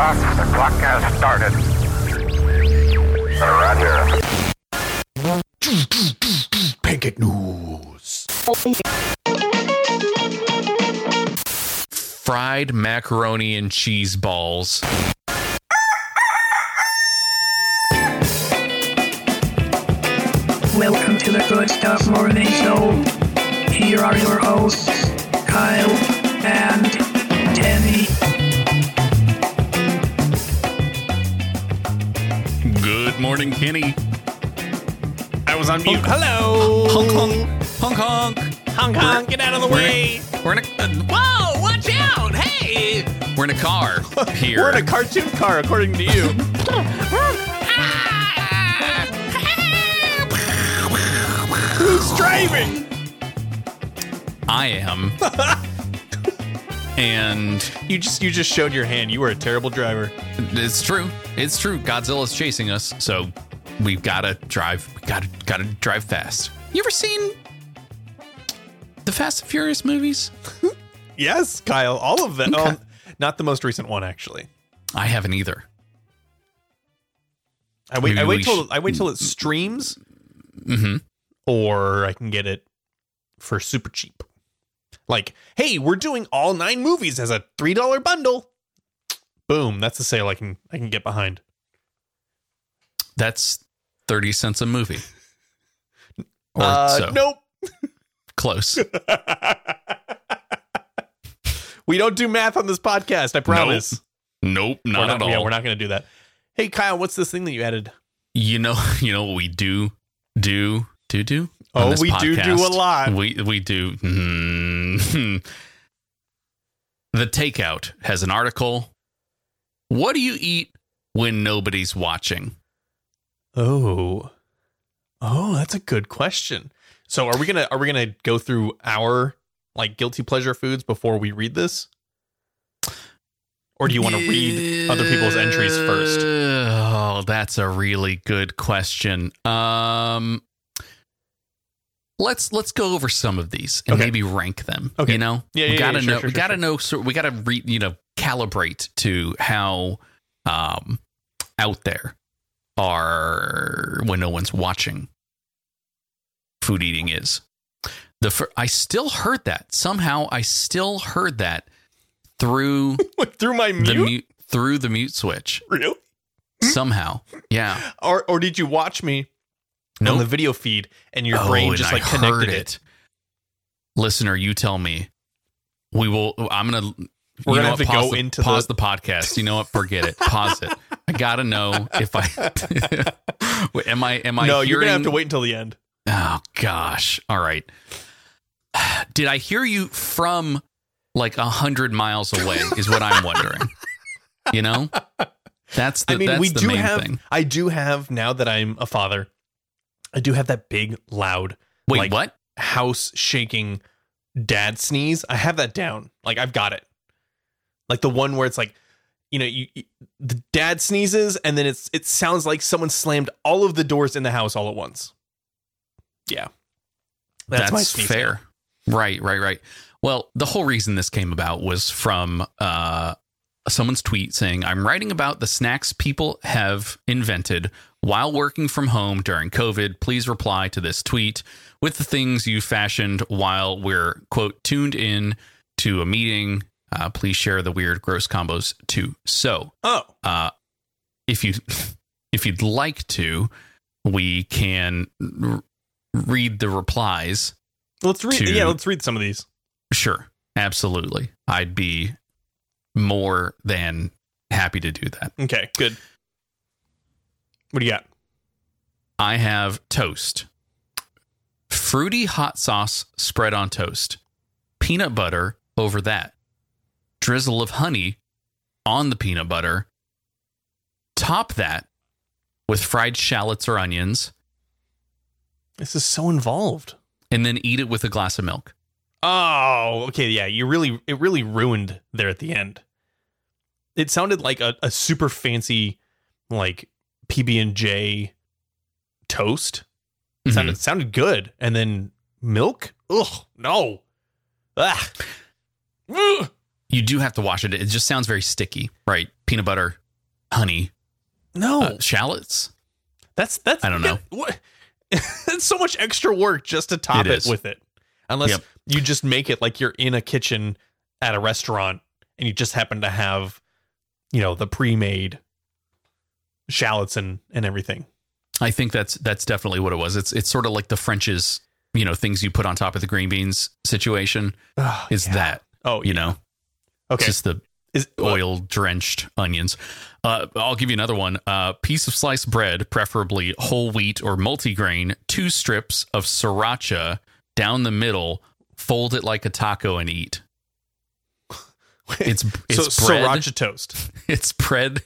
clock has started. Roger. Pancake News. Fried macaroni and cheese balls. Welcome to the Good Stuff Morning Show. Here are your hosts, Kyle and Tammy. Good morning, Kenny. I was on mute. Hello. Honk honk. Honk honk. Hong Kong, get out of the We're in way. a- We're in a, uh, Whoa, watch out. Hey. we're in a car here. We're in a cartoon car, according to you. Who's driving? I am. and You just you just showed your hand. You were a terrible driver. it's true. It's true. Godzilla's chasing us, so we've gotta drive. We gotta gotta drive fast. You ever seen the Fast and Furious movies? Yes, Kyle. All of them. Okay. Oh, not the most recent one, actually. I haven't either. I wait. Maybe I we wait till should- I wait till it streams, Mm-hmm. or I can get it for super cheap. Like, hey, we're doing all nine movies as a three dollar bundle. Boom! That's a sale I can I can get behind. That's thirty cents a movie. Or Uh, so Nope. close. we don't do math on this podcast. I promise. nope, not we're at not, all. Yeah, we're not going to do that. Hey, Kyle, what's this thing that you added? You know, you know what we do, do, do, do. on Oh, this we do do a podcast? lot. We we do. Mm, the takeout has an article. What do you eat when nobody's watching? Oh, oh, that's a good question. So, are we gonna are we gonna go through our like guilty pleasure foods before we read this, or do you want to read other people's entries first? Oh, that's a really good question. Um, let's let's go over some of these and Okay. maybe rank them. Okay. you know, Yeah, yeah, we yeah, gotta yeah, sure, know, sure, we sure, gotta sure. know, so we gotta re, you know calibrate to how um out there are when no one's watching. Food eating is the fir- I still heard that somehow. I still heard that through Wait, through my the mute, Hmm? mute through the mute switch Really? somehow. Yeah. or or did you watch me on the Nope. video feed and your Oh, brain and just I like heard connected it? Listener, you tell me. We will. I'm gonna. We're you gonna know what, have to pause go the, into pause the- the podcast. You know what? Forget it. Pause it. I gotta know if I am I am I no, you're gonna have hearing- to wait until the end. Oh gosh. All right. Did I hear you from like a hundred miles away? Is what I'm wondering. you know, that's the I mean, that's we the do main have. thing. I do have now that I'm a father. I do have that big, loud, Wait, like, what? house shaking dad sneeze. I have that down. Like I've got it. Like the one where it's like, you know, you, you- the dad sneezes and then it's it sounds like someone slammed all of the doors in the house all at once. Yeah, That's, sneeze. fair. Right, right, right. Well, the whole reason this came about was from uh, someone's tweet saying, I'm writing about the snacks people have invented while working from home during COVID. Please reply to this tweet with the things you fashioned while we're, quote, tuned in to a meeting. Uh, please share the weird, gross combos too. So Oh, uh, if you if you'd like to, we can r- read the replies. let's read. To- yeah, let's read some of these. Sure, absolutely. I'd be more than happy to do that. Okay, good. What do you got? I have toast, fruity hot sauce spread on toast, peanut butter over that, drizzle of honey on the peanut butter, top that with fried shallots or onions, This is so involved. and then eat it with a glass of milk. Oh, okay, yeah. You really it really ruined there at the end. It sounded like a, a super fancy like PB and J toast. Mm-hmm. It Sounded sounded good. And then milk? Ugh, no. Ah. Ugh. You do have to wash it. It just sounds very sticky, right? Peanut butter, honey, No, uh, shallots. that's that's. I don't know. What? it's so much extra work just to top It it, is. with it, unless Yep. you just make it like you're in a kitchen at a restaurant and you just happen to have, you know, the pre-made shallots and and everything. I think that's that's definitely what it was. It's it's sort of like the French's, you know, things you put on top of the green beans situation. Oh, Is that Oh, you know, okay. it's just the is oil drenched onions. Uh, I'll give you another one. Uh, piece of sliced bread, preferably whole wheat or multigrain, two strips of sriracha down the middle, fold it like a taco and eat. It's it's so bread. sriracha toast. It's bread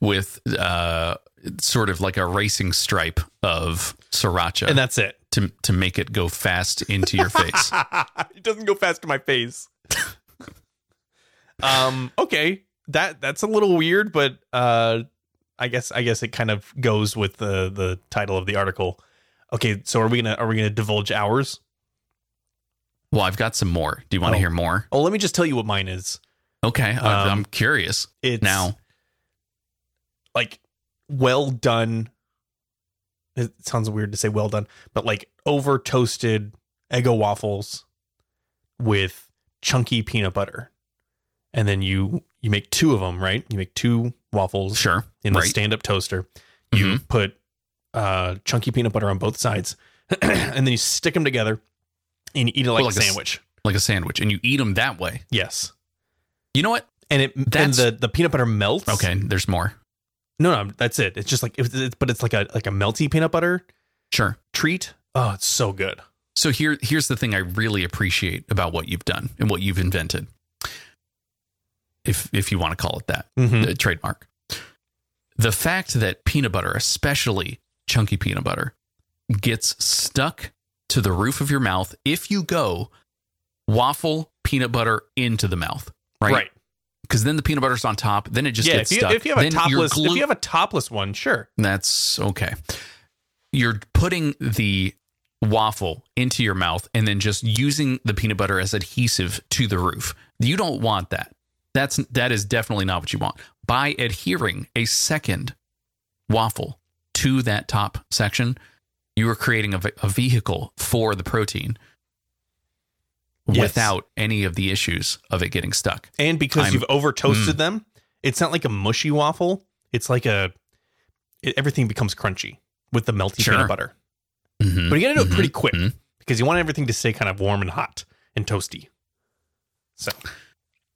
with uh sort of like a racing stripe of sriracha And that's it. to to make it go fast into your face. it doesn't go fast to my face. um. Okay. That that's a little weird, but uh, I guess I guess it kind of goes with the the title of the article. Okay. So are we gonna are we gonna divulge ours? Well, I've got some more. Do you want to Oh. hear more? Oh, let me just tell you what mine is. Okay, I- Um, I'm curious It's now. like well done. It sounds weird to say well done, but like over toasted Eggo waffles with chunky peanut butter, and then you you make two of them, right? You make two waffles Sure, in the right. Mm-hmm. stand up toaster. You put uh, chunky peanut butter on both sides, and then you stick them together and you eat it like, Well, like a a s- sandwich. like a sandwich, and you eat them that way. yes, You know what? and it That's- and the the peanut butter melts. Okay, there's more. no, no, that's it. It's just like it's, it's but it's like a like a melty peanut butter. Sure. treat. Oh, it's so good. So here here's the thing I really appreciate about what you've done and what you've invented. If if you want to call it that. Mm-hmm. uh, trademark. The fact that peanut butter, especially chunky peanut butter, gets stuck to the roof of your mouth if you go waffle peanut butter into the mouth, Right. right? Because then the peanut butter's on top, then it just Yeah. gets If you, stuck. if you have a Then your topless, if glu- you have a topless one, sure. that's okay. You're putting the waffle into your mouth and then just using the peanut butter as adhesive to the roof. You don't want that. That's that is definitely not what you want. By adhering a second waffle to that top section, you are creating a, ve- a vehicle for the protein Yes. without any of the issues of it getting stuck. And because I'm- you've over Mm. toasted them, it's not like a mushy waffle. It's like a it, everything becomes crunchy with the melty Sure. peanut butter. Mhm. But you got to do Mhm. it pretty quick mhm. because you want everything to stay kind of warm and hot and toasty. So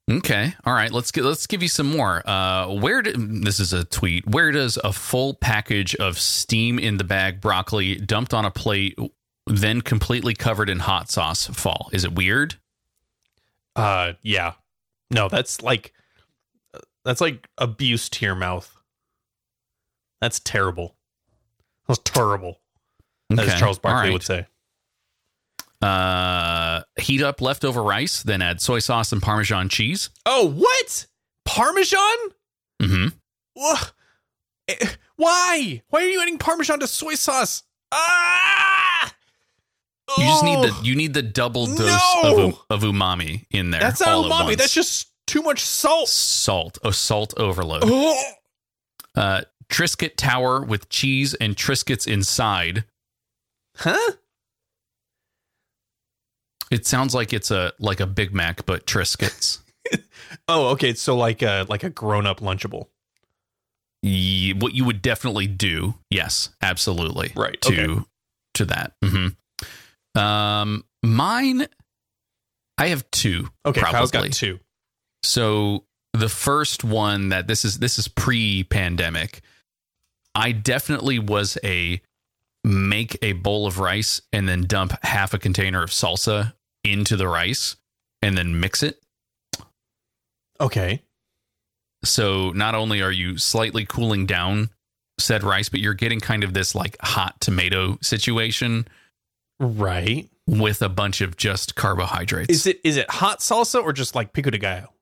Okay. All right. Let's get let's give you some more. Uh, where do, this is a tweet. Where does a full package of steam in the bag broccoli dumped on a plate, then completely covered in hot sauce fall? Is it weird? Uh, yeah. No, that's like uh, that's like abuse to your mouth. That's terrible. That's terrible. As Okay. Charles All Barkley right. would say. Uh, heat up leftover rice, then add soy sauce and Parmesan cheese. Oh, what? Parmesan? hmm Wha- Eh, Why? Why are you adding Parmesan to soy sauce? Ah! You just need Oh, the you need the double dose No! of, u- of umami in there. That's not all at umami. once. That's just too much salt. salt. A salt overload. Oh, Uh, Triscuit tower with cheese and Triscuits inside. Huh? It sounds like it's a like a Big Mac, but Triscuits. Oh, okay. So like a like a grown-up lunchable. Ye- what you would definitely do, yes, absolutely, Right, to to that. hmm Um, mine, I have two. Okay, probably. Kyle's got two. So the first one that this is this is pre-pandemic. I definitely was a make a bowl of rice and then dump half a container of salsa into the rice and then mix it. Okay. So not only are you slightly cooling down said rice, but you're getting kind of this like hot tomato situation Right. with a bunch of just carbohydrates. Is it is it hot salsa or just like pico de gallo?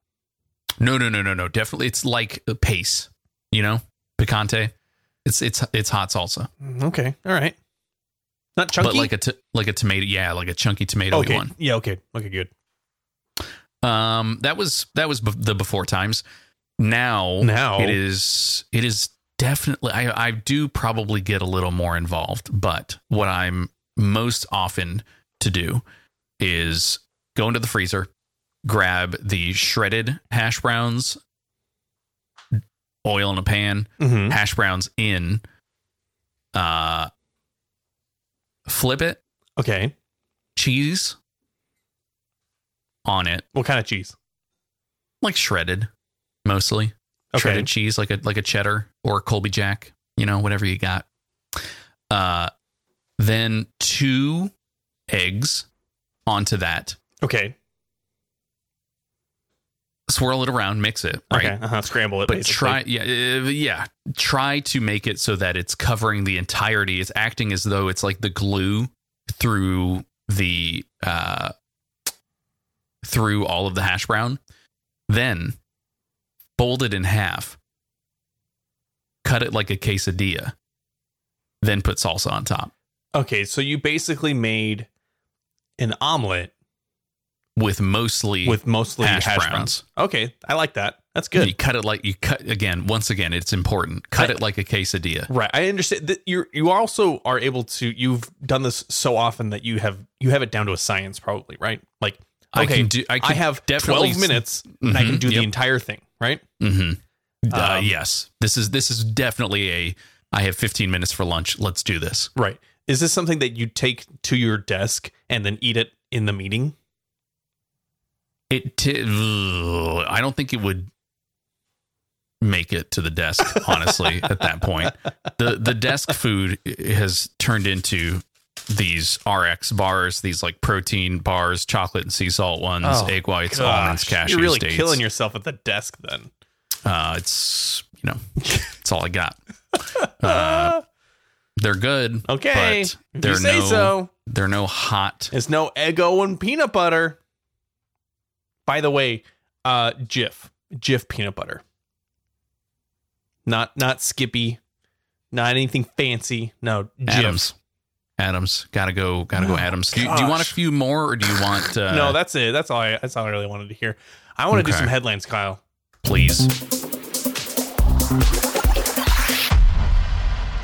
no, no, no, no, no. Definitely, it's like a pace, you know, picante. It's it's it's hot salsa, Mm, Okay, all right. Not chunky. but like a t- like a tomato, yeah, like a chunky tomato okay, one. yeah, okay, okay, good. Um, that was that was b- the before times. Now, Now. it is it is definitely I, I do probably get a little more involved, but what I'm most often to do is go into the freezer, grab the shredded hash browns, oil in a pan, Mm-hmm. hash browns in, uh, flip it, Okay. cheese on it, What kind of cheese? like shredded, mostly Okay. shredded cheese, like a like a cheddar or a Colby Jack, you know, whatever you got. Uh, then two eggs onto that, Okay. swirl it around, mix it, right? Okay. Uh-huh. Scramble it. but basically. try yeah uh, yeah try to make it so that it's covering the entirety it's acting as though it's like the glue through the uh through all of the hash brown then fold it in half cut it like a quesadilla then put salsa on top Okay. So you basically made an omelet with mostly with mostly Hash hash, browns. browns. Okay. I like that. That's you good. cut it like you cut again once again it's important cut I- it like a quesadilla Right. I understand that you you also are able to you've done this so often that you have you have it down to a science probably, right? Like I okay, can do- I can have definitely 12 s- minutes and I can Mhm, do yep. the entire thing, right? hmm uh, Um, yes, this is this is definitely a. I have 15 minutes for lunch. Let's do this. Right. Is this something that you take to your desk and then eat it in the meeting? It. T- ugh, I don't think it would make it to the desk. Honestly, at that point, the the desk food has turned into these RX bars, these like protein bars, chocolate and sea salt ones, Oh, egg whites, almonds, Gosh, cashews. you're really dates. killing yourself at the desk then. Uh, it's you know, it's all I got. Uh, they're good. Okay. but If they're you say no, so. They're no hot. It's no Eggo and peanut butter. By the way, uh Jif. Jif peanut butter. Not not Skippy. Not anything fancy. No, Jif. Adams. Adams. Gotta go. Gotta go. Adams. Do you, do you want a gosh. few more, or do you want? Uh, no, that's it. That's all I that's all I really wanted to hear. I want to do Okay. some headlines, Kyle. please.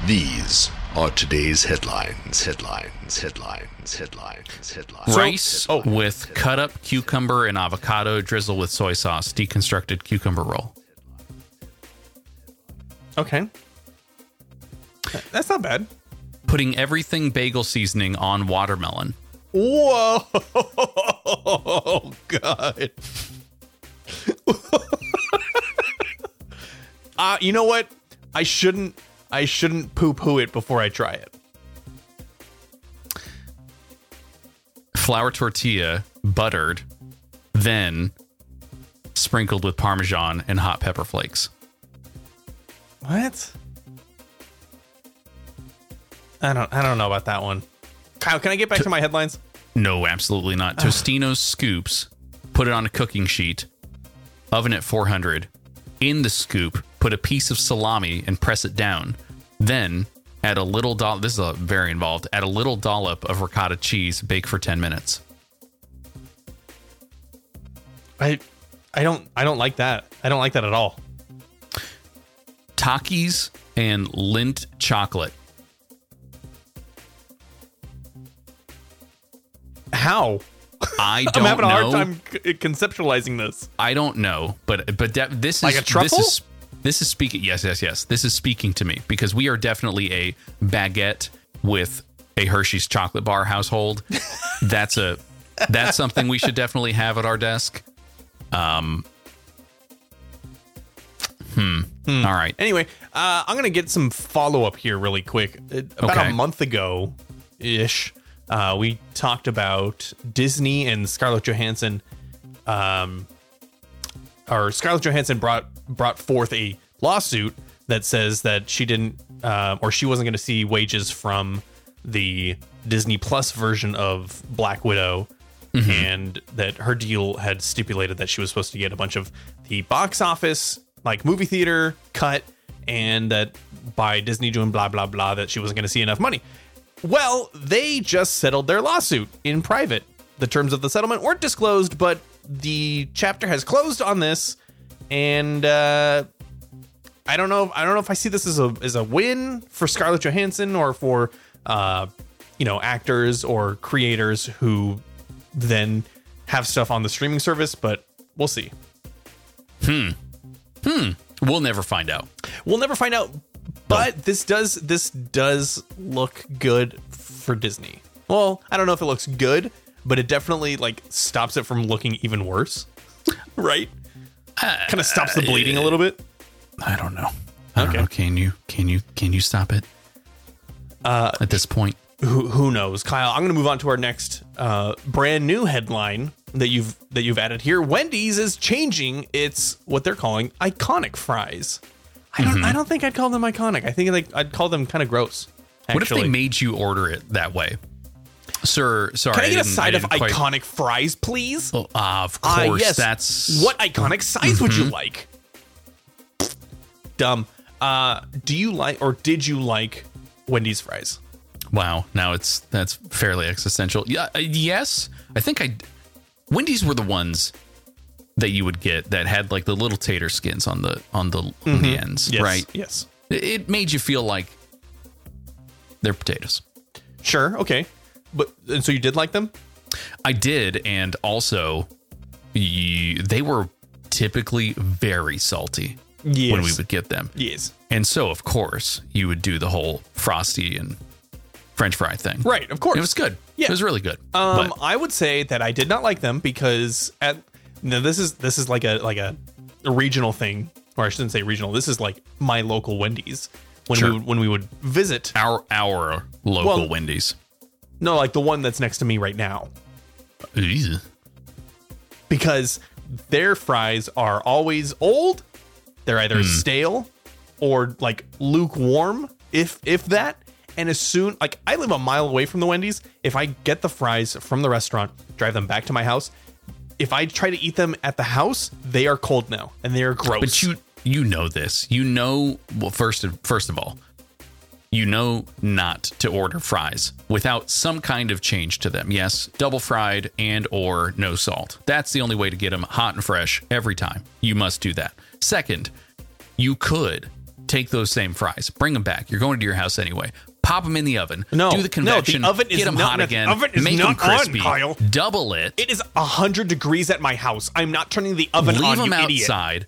These are today's headlines, headlines, headlines, headlines, headlines. Rice oh. with cut up cucumber and avocado, drizzle with soy sauce, deconstructed cucumber roll. Okay. That's not bad. Putting everything bagel seasoning on watermelon. Whoa. Oh, God. uh, you know what? I shouldn't I shouldn't poo-poo it before I try it. Flour tortilla buttered, then sprinkled with parmesan and hot pepper flakes. What? I don't I don't know about that one. Kyle, can I get back to my headlines? No, absolutely not. Tostino's scoops, put it on a cooking sheet, oven at 400. In the scoop, put a piece of salami and press it down. Then add a little dollop. This is a very involved. Add a little dollop of ricotta cheese. Bake for 10 minutes. I I don't I don't like that. I don't like that at all. Takis and lint chocolate. How? I don't I'm know. having a hard time c- conceptualizing this. I don't know, but but that, this is Like a truffle? This is, this is speaking. Yes, yes, yes. This is speaking to me because we are definitely a baguette with a Hershey's chocolate bar household. that's a that's something we should definitely have at our desk. Um. Hmm. All right. Anyway, uh, I'm gonna get some follow up here really quick. Uh, About Okay. a month ago, ish, uh, we talked about Disney and Scarlett Johansson. Um, or Scarlett Johansson brought brought forth a lawsuit that says that she didn't uh, or she wasn't going to see wages from the Disney Plus version of Black Widow, and that her deal had stipulated that she was supposed to get a bunch of the box office, like movie theater cut, and that by Disney doing blah blah blah that she wasn't going to see enough money. Well, they just settled their lawsuit in private. The terms of the settlement weren't disclosed, but the chapter has closed on this, and uh, I don't know. I don't know if I see this as a as a win for Scarlett Johansson or for uh, you know actors or creators who then have stuff on the streaming service, but we'll see. We'll never find out. We'll never find out. But this does this does look good for Disney. Well, I don't know if it looks good, but it definitely like stops it from looking even worse. Uh, right? kind of stops the bleeding a little bit. I don't know. I Okay. don't know. Can you? Can you? Can you stop it? Uh, At this point, who, who knows kyle i'm going to move on to our next uh, brand new headline that you've that you've added here wendy's is changing its what they're calling iconic fries i don't i don't think i'd call them iconic i think like i'd call them kind of gross what if actually. they made you order it that way, sir? Sorry, can i get a didn't- side of didn't quite- iconic fries please Oh, ah, of Ah, course, that's Mm-hmm. what iconic size would you like dumb uh do you like or did you like wendy's fries Wow, now it's that's fairly existential. Yeah, uh, yes, I think I. Wendy's were the ones that you would get that had like the little tater skins on the on the on the ends, Mm-hmm. yes right? yes It- It made you feel like they're potatoes. sure okay but and so you did like them I did, and also y they were typically very salty yes when we would get them, yes and so of course you would do the whole frosty and French fry thing. Right, of course. It was good. Yeah. it was really good. um, but- I would say that I did not like them because at no, this is this is like a like a, a regional thing, or I shouldn't say regional. This is like my local Wendy's when Sure. we would- when we would visit. our our local Well- Wendy's. No, like the one that's next to me right now, Ew. because their fries are always old. They're either Hmm. stale or like lukewarm, if if that. And as soon like I live a mile away from the Wendy's, if I get the fries from the restaurant, drive them back to my house, if I try to eat them at the house, they are cold now and they are gross. But you you know this. You know well first of, first of all, you know not to order fries without some kind of change to them. Yes, double fried and or no salt. That's the only way to get them hot and fresh every time. You must do that. Second, you could take those same fries, bring them back. You're going to your house anyway. Pop them in the oven. No, do no, the the convection. oven is get them not- hot the again. oven is make them not on, crispy. Kyle. Double it. it is hundred degrees at my house. I'm not turning the oven leave on, them you idiot. outside,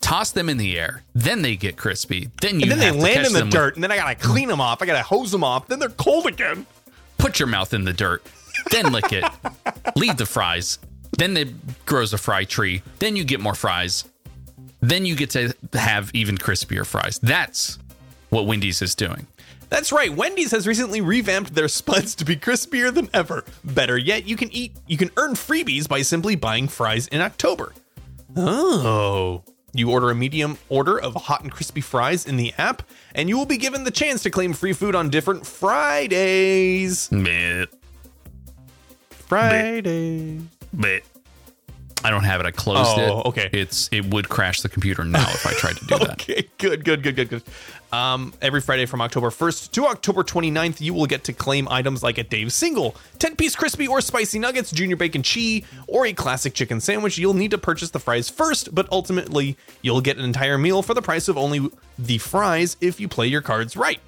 toss them in the air, then they get crispy. Then you And then they have to catch land in the them with- dirt, and then I gotta clean them off. I gotta hose them off. Then they're cold again. put your mouth in the dirt, then lick it, leave the fries. Then it grows a fry tree. Then you get more fries. Then you get to have even crispier fries. That's what Wendy's is doing. That's right. Wendy's has recently revamped their spuds to be crispier than ever. Better yet, you can eat you can earn freebies by simply buying fries in October. Oh. You order a medium order of hot and crispy fries in the app, and you will be given the chance to claim free food on different Fridays. Meh, Fridays. meh. I don't have it. I closed it. Oh, okay. It's it would crash the computer now if I tried to do that. Okay, good, good, good, good, good. Um, every Friday from October 1st to October 29th, you will get to claim items like a Dave's single, 10 piece crispy or spicy nuggets, junior bacon cheese, or a classic chicken sandwich. You'll need to purchase the fries first, but ultimately, you'll get an entire meal for the price of only the fries if you play your cards right.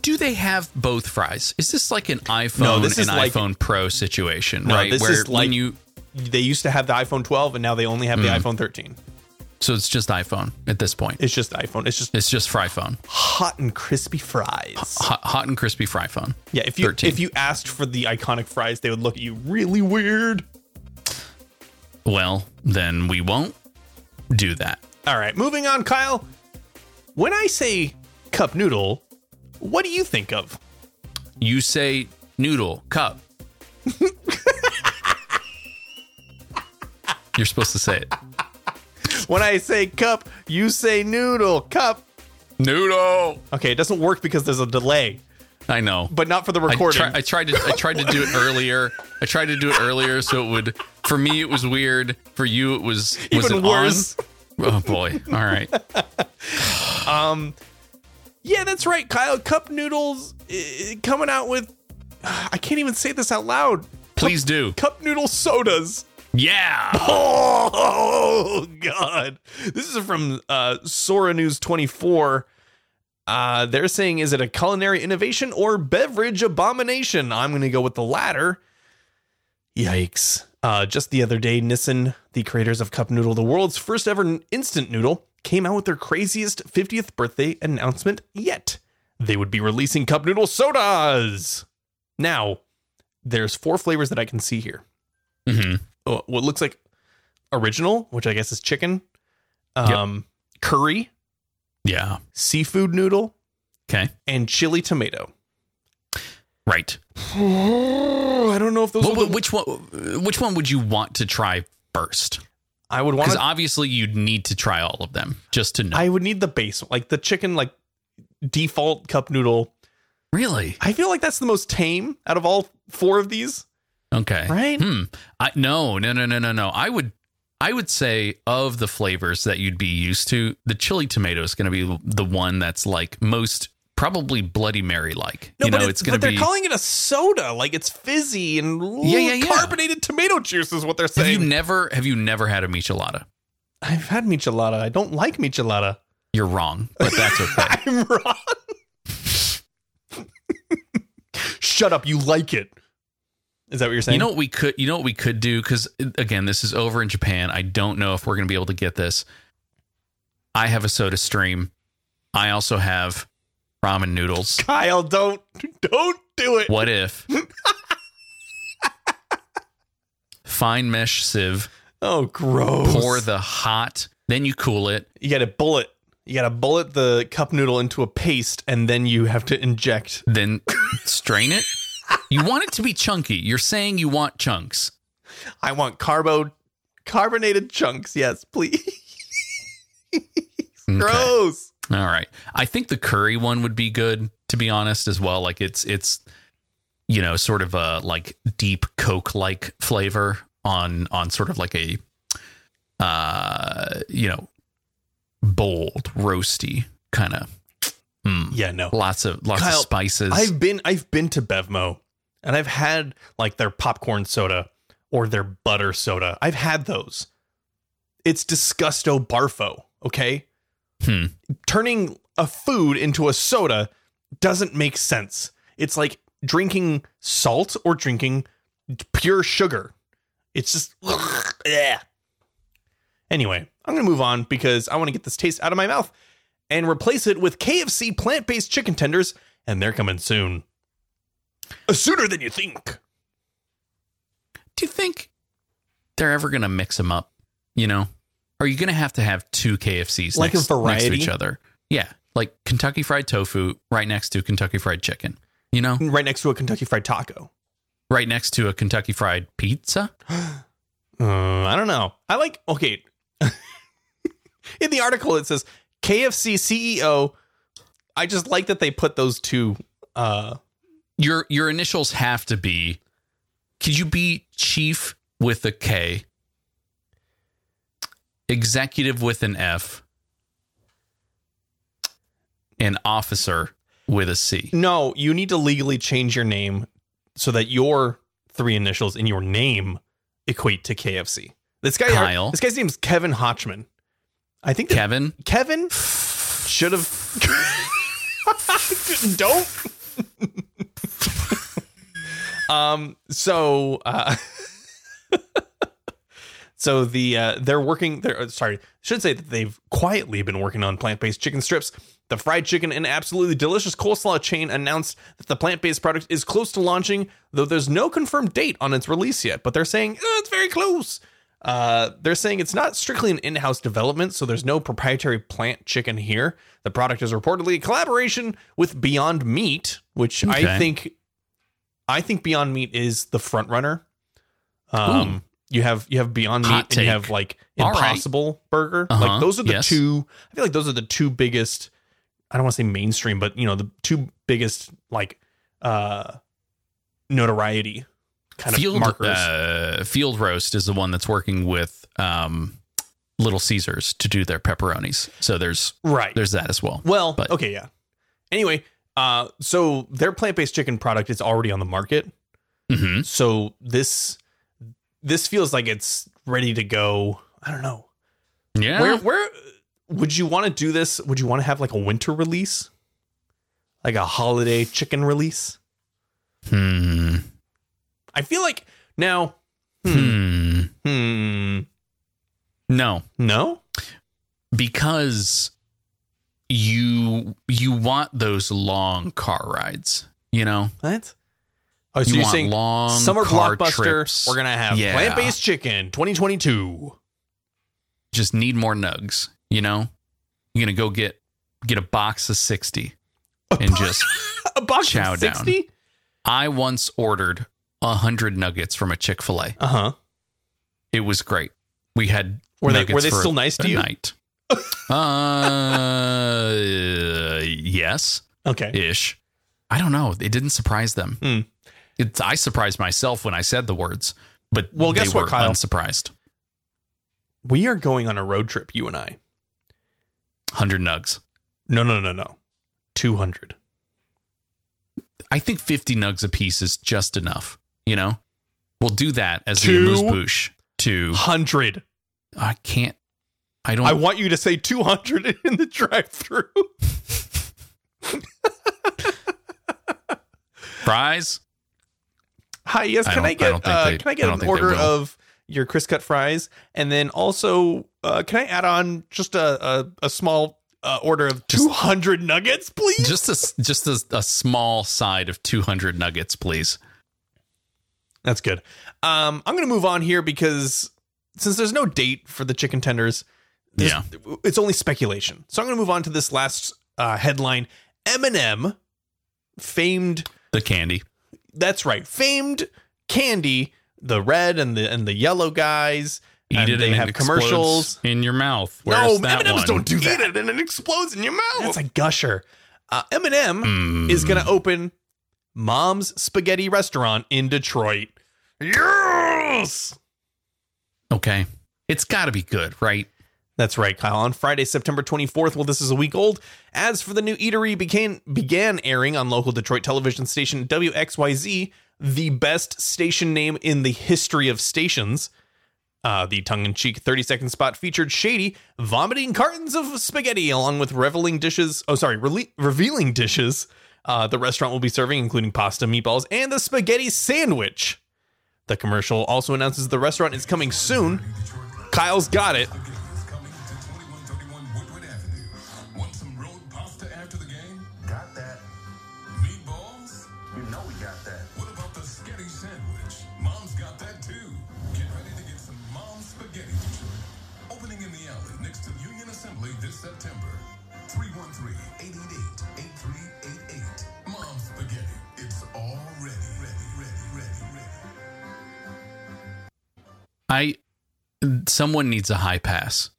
Do they have both fries? Is this like an iPhone this is and like- iPhone Pro situation, right? this Where is like- when you They used to have the iPhone 12, and now they only have the Hmm. iPhone 13. so it's just iPhone at this point. It's just iPhone. It's just It's just fry phone, hot and crispy fries. hot, hot and crispy fry phone. Yeah, if you 13. if you asked for the iconic fries, they would look at you really weird. Well, then we won't do that. All right, moving on, Kyle. When I say cup noodle, what do you think of? You say noodle cup. You're supposed to say it. When I say cup, you say noodle cup. Noodle. Okay, it doesn't work because there's a delay, I know, but not for the I, recording. try, I tried to I tried to do it earlier. I tried to do it earlier, so it would. For me, it was weird. For you, it was was Even it worse. On? Oh boy! All right. yeah, that's right, Kyle. Cup noodles eh, coming out with. I can't even say this out loud. Please do. Cup noodle sodas. Yeah. Oh God! This is from uh, Sora News 24. Uh, they're saying, is it a culinary innovation or beverage abomination? I'm going to go with the latter. Yikes! Uh, just the other day, Nissan, the creators of Cup Noodle, the world's first ever instant noodle, came out with their craziest 50th birthday announcement yet. They would be releasing cup noodle sodas. Now, there's four flavors that I can see here hmm oh, what looks like original, which I guess is chicken, Yep. um, curry, Yeah. seafood noodle, Okay. and chili tomato. Right. I don't know if those. Well, are the- which one? Which one would you want to try first? I would want. Because to obviously you'd need to try all of them just to know. I would need the base, like the chicken, like default cup noodle. really? I feel like that's the most tame out of all four of these. Okay. Right? Hmm. I, no. No. No. No. No. No. I would. I would say of the flavors that you'd be used to, the chili tomato is going to be the one that's like most probably Bloody Mary like. No, you but know, it's, it's going but to be. they're calling it a soda, like it's fizzy and Yeah, yeah, yeah. carbonated tomato juice is what they're have you saying. never? Have you never had a michelada? I've had michelada. I don't like michelada. You're wrong, but that's okay. I'm wrong. Shut up. You like it. Is that what you're saying? You know what we could you know what we could do cuz again this is over in Japan. I don't know if we're going to be able to get this. I have a soda stream. I also have ramen noodles. Kyle, don't don't do it. What if fine mesh sieve Oh, gross. pour the hot then you cool it. you got to bullet. You got to bullet the cup noodle into a paste, and then you have to inject. Then strain it. You want it to be chunky. You're saying you want chunks. I want carbo carbonated chunks. Yes, please. Okay. Gross. All right. I think the curry one would be good to be honest as well. Like it's it's you know sort of a like deep coke like flavor on on sort of like a uh you know bold roasty kind of mm, Yeah, no. lots of lots Kyle, of spices. I've been I've been to Bevmo and I've had like their popcorn soda or their butter soda. I've had those. It's disgusto barfo, okay? Hmm. Turning a food into a soda doesn't make sense. It's like drinking salt or drinking pure sugar. It's just yeah. Anyway, I'm going to move on because I want to get this taste out of my mouth and replace it with KFC plant-based chicken tenders and they're coming soon. Uh, Sooner than you think. Do you think they're ever going to mix them up, you know? Are you going to have to have two KFCs Like next, a next to variety? each other? Yeah, like Kentucky fried tofu right next to Kentucky fried chicken. You know? Right next to a Kentucky Fried Taco. right next to a Kentucky Fried Pizza. Uh, I don't know. I like, okay. In the article, it says KFC CEO. E I just like that they put those two. Uh, Your your initials have to be. Could you be chief with a K? Executive with an F. And officer with a C. no, you need to legally change your name so that your three initials in your name equate to KFC. This guy, Kyle. this guy's name's Kevin Hotchman. I think that Kevin Kevin should have. Don't. um. So. Uh, so the uh, they're working. They're uh, sorry. Should say that they've quietly been working on plant-based chicken strips. The fried chicken and absolutely delicious coleslaw chain announced that the plant-based product is close to launching, though there's no confirmed date on its release yet. But they're saying "Oh, it's very close. Uh, they're saying it's not strictly an in-house development, so there's no proprietary plant chicken here. The product is reportedly a collaboration with Beyond Meat, which I Okay. think, I think Beyond Meat is the front runner. Um, you have you have Beyond Meat, Hot and you take. have like All right. Impossible Burger. Uh-huh. Like those are the Yes. two. I feel like those are the two biggest. I don't want to say mainstream, but you know the two biggest like uh notoriety kind of Field markers. uh, Field Roast is the one that's working with um, Little Caesars to do their pepperonis. So there's right. there's that as well. Well, But- okay, yeah. Anyway, uh, so Mm-hmm. their plant-based chicken product is already on the market. Mhm. So this this feels like it's ready to go. I don't know. Yeah. Where where would you want to do this? Would you want to have like a winter release? Like a holiday chicken release? Hmm. I feel like now Hmm. hmm No. no? because you you want those long car rides, you know. What? Oh, so you you are want saying long summer car blockbuster. trips. We're gonna have Yeah. plant-based chicken 2022. Just need more nugs, you know. You're gonna go get get a box of sixty and just. A box Chow of down. 60? I once ordered a hundred nuggets from a Chick Fil A. Uh-huh. It was great. We had Were they- nuggets were they for still nice to a you? Night. uh, yes. Okay. ish. I don't know. It didn't surprise them. Hmm. It's I surprised myself when I said the words, but Well, guess they what, were Kyle? unsurprised. We are going on a road trip, you and I. Hundred nugs. No, no, no, no. 200. I think fifty nugs a piece is just enough. You know, we'll do that as Two- the amuse bouche. To 100. I can't. I don't. I want you to say 200 in the drive-through. fries. Hi, yes, I can don't- I I, get don't think uh, they- can I I get don't an think they order will. of your crisp cut fries and then also uh, can I add on just a a, a small uh, order of 200 nuggets, please? Just a s- just a, a small side of two hundred nuggets, please. That's good. Um, I'm going to move on here because since there's no date for the chicken tenders, this- Yeah. it's only speculation. So I'm going to move on to this last uh, headline: Eminem, famed. The candy. That's right, famed candy, the red and the and the yellow guys. Eat and it they and have it explodes commercials. in your mouth. Where's no, that M&Ms one? don't do that. it and it explodes in your mouth. Hmm. That's a gusher. Uh, Eminem Mm. is going to open Mom's Spaghetti Restaurant in Detroit. yes. Okay, it's got to be good, right? That's right, Kyle. On Friday, September 24th, well, this is a week old, ads for the new eatery became, began airing on local Detroit television station WXYZ, the best station name in the history of stations. Uh, the tongue in cheek 30 second spot featured Shady vomiting cartons of spaghetti along with reveling dishes. Oh, sorry, rele- revealing dishes. Uh, the restaurant will be serving, including pasta, meatballs, and the spaghetti sandwich. The commercial also announces the restaurant is coming soon. Kyle's got it. Want some road pasta after the game? Got that. Meatballs? You know we got that. What about the spaghetti sandwich? Mom's got that too. Get ready to get some mom's spaghetti, Detroit. Opening in the alley next to Union Assembly this September. 313-888-8388. Mom's spaghetti. It's all ready, ready, ready, ready, ready. I someone needs a high pass.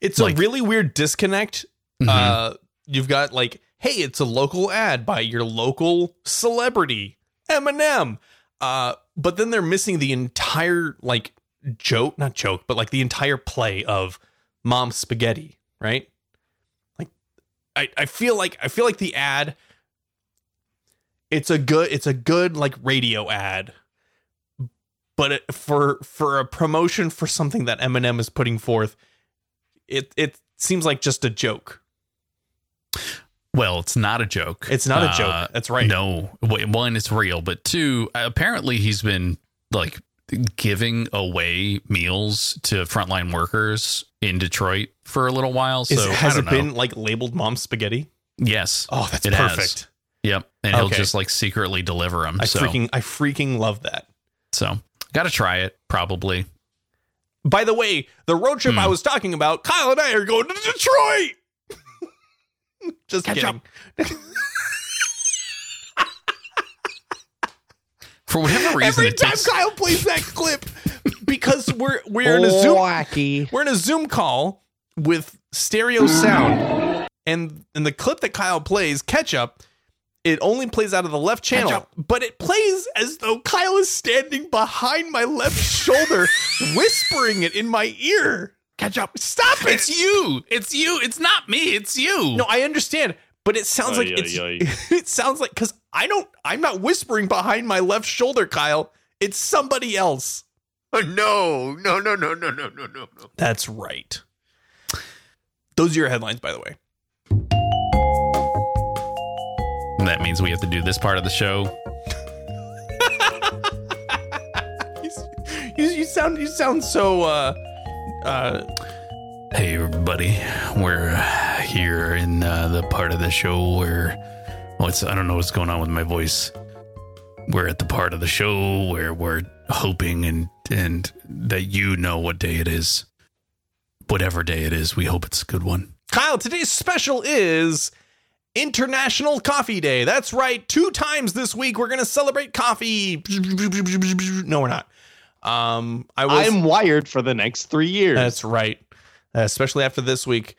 It's Like- a really weird disconnect. Mm-hmm. Uh, you've got like, hey, it's a local ad by your local celebrity, Eminem. Uh, but then they're missing the entire like joke, not joke, but like the entire play of Mom Spaghetti, right? Like, I I feel like I feel like the ad. It's a good it's a good like radio ad, but it, for for a promotion for something that Eminem is putting forth, it it seems like just a joke. Well, it's not a joke. It's not a Uh, joke. That's right. No, Wait, one, it's real, but two, apparently he's been like giving away meals to frontline workers in Detroit for a little while. So Is- has I it don't know. been like labeled mom spaghetti? Yes. Oh, that's It has. perfect. Yep. And he'll Okay. just like secretly deliver them. I so, freaking I freaking love that. so got to try it. Probably. By the way, the road trip I Hmm. was talking about, Kyle and I are going to Detroit. just kidding. For whatever reason, Every it time takes- Kyle plays that clip, because we're we're in a Zoom we're in a Zoom call with stereo sound, and and the clip that Kyle plays, catch up. It only plays out of the left channel, but it plays as though Kyle is standing behind my left shoulder, whispering it in my ear. Catch up! Stop it! it's you. It's you. It's not me. It's you. No, I understand, but it sounds like Ay, it's, ay, it sounds like because I don't, I'm not whispering behind my left shoulder, Kyle. It's somebody else. Oh, no, no, no, no, no, no, no, no, no. That's right. Those are your headlines, by the way. That means we have to do this part of the show. You, you sound you sound so uh uh Hey, everybody. We're uh, here in uh, the part of the show where. What's. I don't know what's going on with my voice. We're at the part of the show where we're hoping and, and that you know what day it is. Whatever day it is, we hope it's a good one. Kyle, today's special is International Coffee Day. That's right. Two times this week we're going to celebrate coffee. No, we're not. Um I was I'm wired for the next three years. That's right. Uh, especially after this week.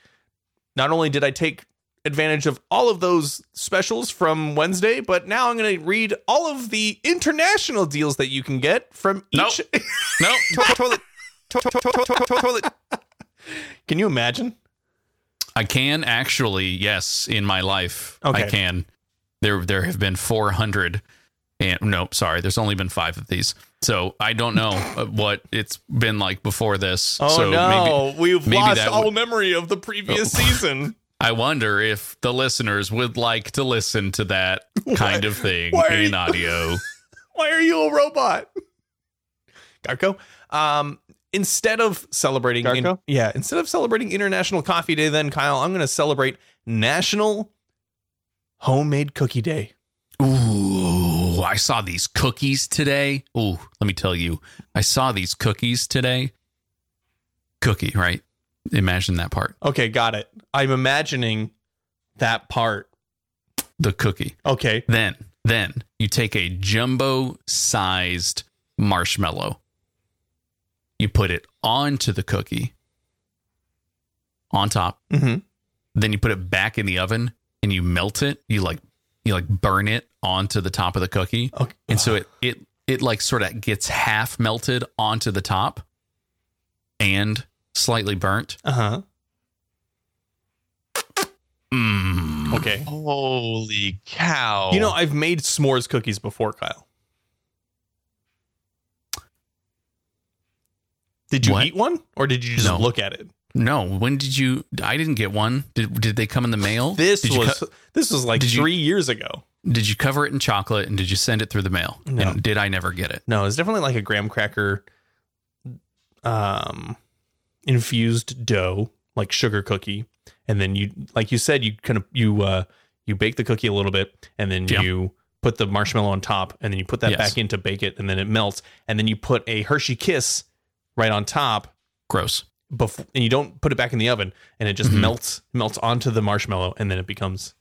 Not only did I take advantage of all of those specials from Wednesday, but now I'm going to read all of the international deals that you can get from Nope. each No, toilet. toilet. Can you imagine? I can actually, yes, in my life, I Okay. can. There, there have been 400, and no, sorry, there's only been five of these. So I don't know uh, what it's been like before this. Oh so no, we've maybe lost that all would- memory of the previous season. I wonder if the listeners would like to listen to that kind of thing why are in you- audio. Why are you a robot? Garco. Um, instead of celebrating, Garco? yeah, instead of celebrating International Coffee Day, then Kyle, I'm going to celebrate National Homemade Cookie Day. Ooh, I saw these cookies today. Ooh, let me tell you, I saw these cookies today. Cookie, right? Imagine that part. Okay, got it. I'm imagining that part. The cookie. Okay, Then, then you take a jumbo sized marshmallow. You put it onto the cookie on top. Mhm. Then you put it back in the oven and you melt it. You like you like burn it onto the top of the cookie. okay. And so it it it like sort of gets half melted onto the top and slightly burnt. Uh huh. Mm. Okay. Holy cow! You know, I've made s'mores cookies before, Kyle. Did you What? eat one, or did you just No. look at it? No, when did you I didn't get one. Did did they come in the mail? This Did you was cut- this was like Did you- three years ago. Did you cover it in chocolate and did you send it through the mail? No. And did I never get it? No, it's definitely like a graham cracker, um, infused dough, like sugar cookie, and then you, like you said, you kind of you uh you bake the cookie a little bit, and then Yeah. you put the marshmallow on top, and then you put that Yes. back in to bake it, and then it melts, and then you put a Hershey Kiss right on top, Gross. before, and you don't put it back in the oven, and it just Mhm. melts melts onto the marshmallow, and then it becomes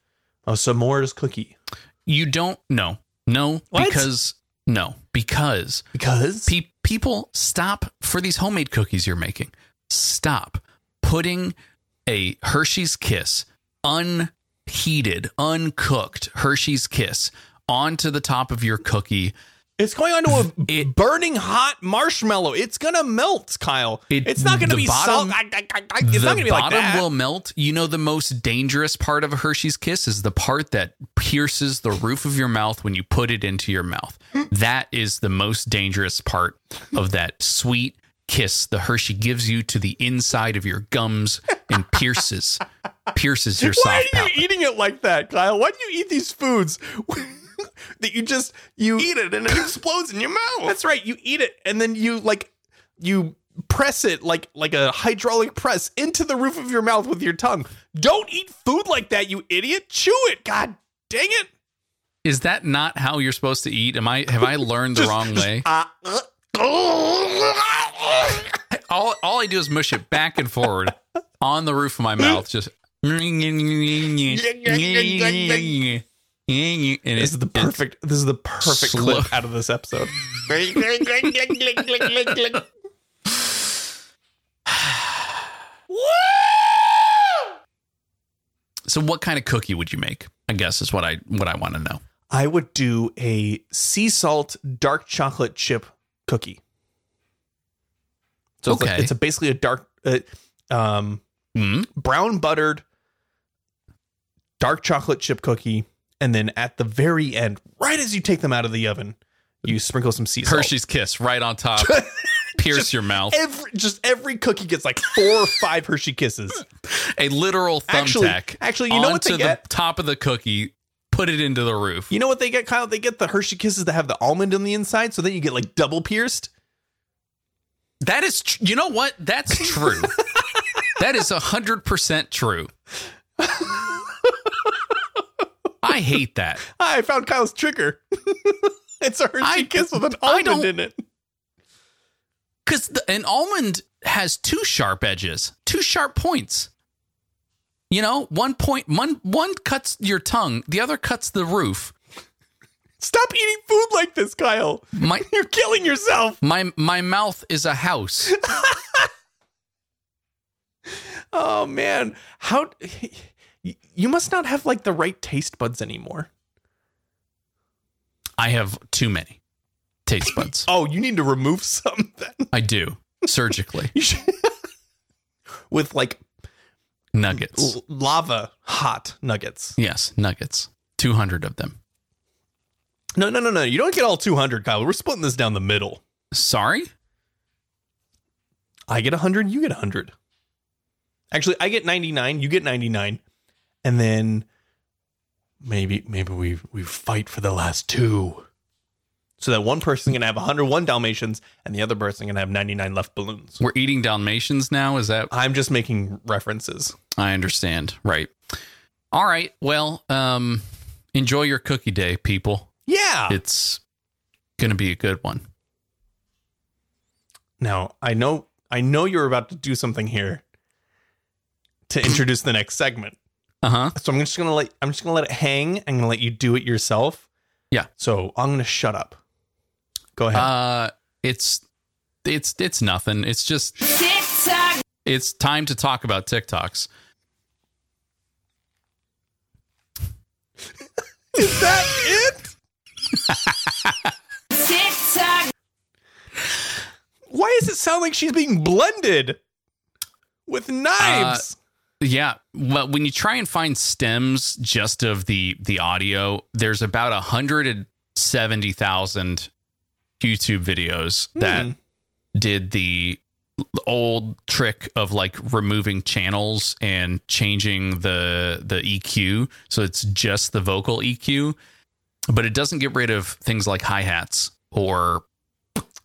a s'mores cookie You don't no. No, What? because no, because because pe- people stop for these homemade cookies you're making. Stop putting a Hershey's Kiss unheated, uncooked Hershey's Kiss onto the top of your cookie. It's going onto a It- burning hot marshmallow. It's gonna melt, Kyle. It- it's not gonna the be bottom- salt. I- I- I- I- It's not gonna be like bottom that. will melt. You know, the most dangerous part of a Hershey's Kiss is the part that pierces the roof of your mouth when you put it into your mouth. that is the most dangerous part of that sweet kiss the Hershey gives you to the inside of your gums and pierces pierces your Why soft are you palate. eating it like that, Kyle? Why do you eat these foods that you just you Eat it and it explodes in your mouth. That's right. You eat it and then you like you press it like like a hydraulic press into the roof of your mouth with your tongue. Don't eat food like that, you idiot. Chew it. God dang it. Is that not how you're supposed to eat? Am I have I learned the wrong way? all all I do is mush it back and forward on the roof of my mouth. Just and This it's is the perfect. This is the perfect Slow. clip out of this episode. So, what kind of cookie would you make? I guess is what I what I want to know. I would do a sea salt dark chocolate chip cookie. So it's, like, Okay. it's a basically a dark, uh, um, Hmm? brown buttered dark chocolate chip cookie, and then at the very end, right as you take them out of the oven, you sprinkle some sea salt. Hershey's Kiss right on top. pierce your mouth. Every just every cookie gets like four or five Hershey kisses. A literal Actually- thumbtack. actually, you know what onto they the get? top of the cookie. Put it into the roof. You know what they get, Kyle? They get the Hershey kisses that have the almond on the inside, so then you get like double pierced. That is, tr- you know what? That's true. that is hundred percent true. I hate that. I found Kyle's trigger. it's a Hershey I- kiss with an I don't- almond in it. Because an almond has two sharp edges, two sharp points. You know, one point, one one cuts your tongue, the other cuts the roof. Stop eating food like this, Kyle. My You're killing yourself. my my mouth is a house. Oh man, how you must not have like the right taste buds anymore. I have too many taste buds. Oh, you need to remove some then. I do surgically You should- With like nuggets. l- lava hot nuggets. Yes, nuggets. Two hundred of them. No, no, no, no. You don't get all 200, Kyle. We're splitting this down the middle. Sorry. I get 100, you get 100. Actually, I get 99, you get 99. And then maybe maybe we we fight for the last two. So that one person's going to have 101 Dalmatians and the other person going to have 99 left balloons. We're eating Dalmatians now. Is that I'm just making references. I understand? Right. All right. Well, um, enjoy your cookie day, people. Yeah. It's gonna be a good one. Now, I know I know you're about to do something here to introduce the next segment. Uh huh. So I'm just gonna let I'm just gonna let it hang. I'm gonna let you do it yourself. Yeah. So I'm gonna shut up. Go ahead. Uh, it's it's it's nothing. It's just It's time to talk about TikToks. Is that it? Why does it sound like she's being blended with knives? Uh, Yeah. Well, when you try and find stems just of the the audio, there's about hundred and seventy thousand YouTube videos that Hmm. did the old trick of like removing channels and changing the the EQ so it's just the vocal EQ but it doesn't get rid of things like hi-hats or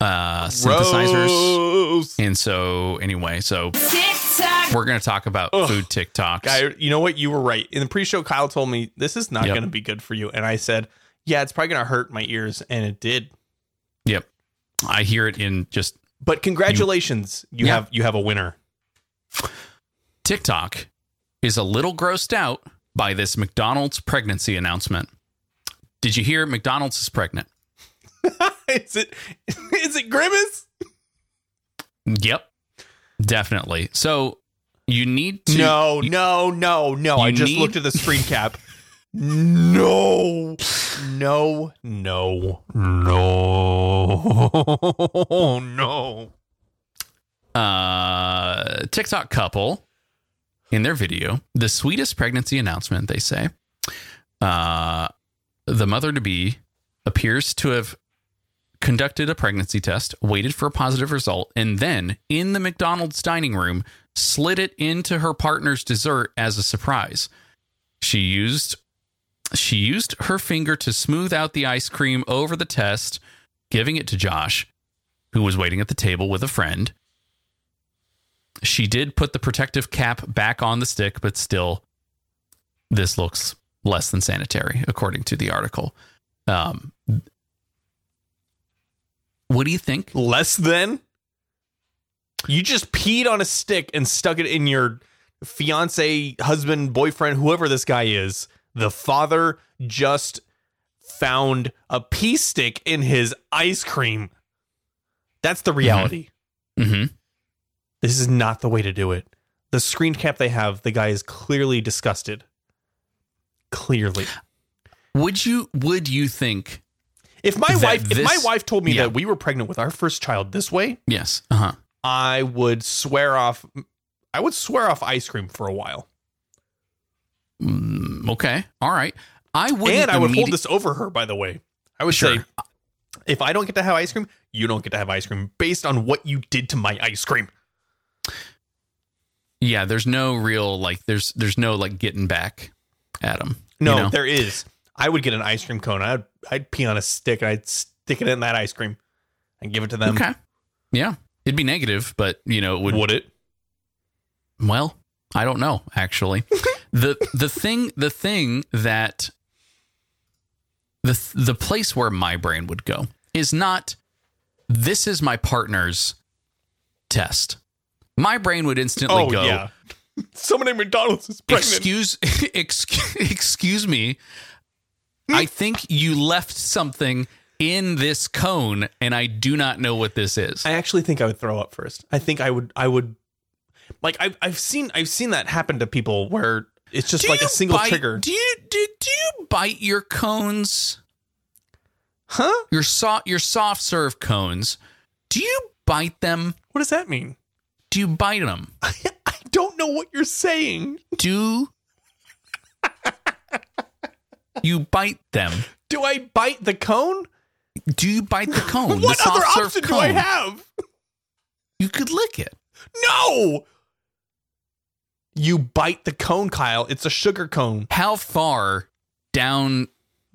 uh synthesizers Gross. and so anyway so we're going to talk about Ugh. food TikToks Guy, you know what? You were right. In the pre-show, Kyle told me this is not Yep. gonna be good for you, and I said, "Yeah, it's probably gonna hurt my ears," and it did. yep I hear it in just But congratulations, you, Yeah. have you have a winner. TikTok is a little grossed out by this McDonald's pregnancy announcement did you hear McDonald's is pregnant is it? Is it grimace? Yep. Definitely. So you need to no, no, no, no. I you just need- looked at the screen cap. No, no, no, no, no. uh TikTok couple in their video, the sweetest pregnancy announcement, they say. Uh the mother to be appears to have conducted a pregnancy test, waited for a positive result, and then in the McDonald's dining room slid it into her partner's dessert as a surprise. She used she used her finger to smooth out the ice cream over the test, giving it to Josh, who was waiting at the table with a friend. She did put the protective cap back on the stick, but still, this looks less than sanitary, according to the article. Um, what do you think? Less than. You just peed on a stick and stuck it in your fiance, husband, boyfriend, whoever this guy is. The father just found a pee stick in his ice cream. That's the reality. hmm This is not the way to do it. The screen cap they have, the guy is clearly disgusted. Clearly. Would you would you think If my That wife if my this- wife told me yeah. that we were pregnant with our first child this way, yes? Uh huh. I would swear off I would swear off ice cream for a while. Okay. All right. I would. and I would hold this over her, by the way. I would Sure. say if I don't get to have ice cream, you don't get to have ice cream based on what you did to my ice cream. Yeah, there's no real like there's there's no like getting back at them. No, you know? there is. I would get an ice cream cone. I'd I'd pee on a stick and I'd stick it in that ice cream and give it to them. okay. Yeah, it'd be negative, but you know it would. Would it? Well, I don't know actually. the the thing the thing that the the place where my brain would go is not this is my partner's test. My brain would instantly Oh go yeah. Someone at McDonald's is pregnant. excuse excuse excuse me. I think you left something in this cone and I do not know what this is. I actually think I would throw up first. I think I would. I would. Like I've I've seen I've seen that happen to people where it's just Do like a you single bite- trigger. Do you do, do you bite your cones? huh? your soft your soft serve cones. Do you bite them? What does that mean? Do you bite them? I, I don't know what you're saying. Do you bite them? Do I bite the cone? Do you bite the cone? what the other soft-serve option do I cone? have? You could lick it. No. You bite the cone, Kyle. It's a sugar cone. How far down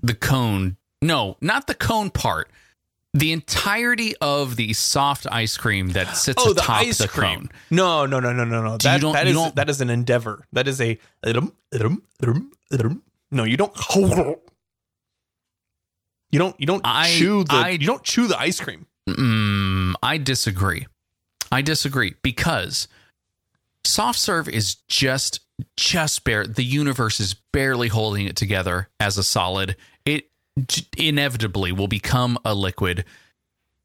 the cone? No, not the cone part. The entirety of the soft ice cream that sits oh, the atop ice the cream. cone. No, no, no, no, no, no. So you That, don't- that you is don't- that is an endeavor. That is a idum, idum, idum, idum. No, you don't. You don't. You don't I- chew the. I- you don't chew the ice cream. Mm, I disagree. I disagree because soft serve is just just bare. The universe is barely holding it together as a solid. It j- inevitably will become a liquid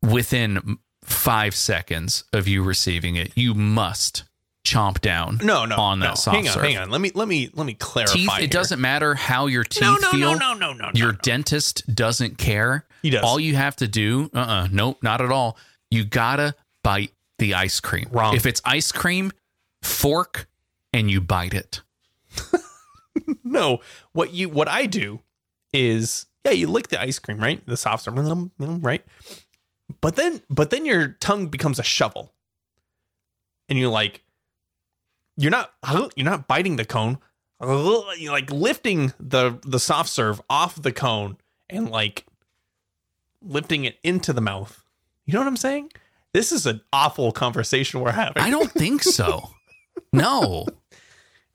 within five seconds of you receiving it. You must chomp down. No, no. on that no. soft Hang on, serve. hang on. Let me let me let me clarify. Teeth. here. It doesn't matter how your teeth No, no, feel. no, no, no, no, no. Your no. dentist doesn't care. He does. All you have to do, uh uh nope, not at all. You gotta bite the ice cream. Wrong. If it's ice cream, fork and you bite it. No, what you what I do is yeah, you lick the ice cream, right? The soft serve, mm, mm, right? But then but then your tongue becomes a shovel. And you're like you're not you're not biting the cone. You're like lifting the the soft serve off the cone and like lifting it into the mouth. You know what I'm saying? This is an awful conversation we're having. I don't think so. No.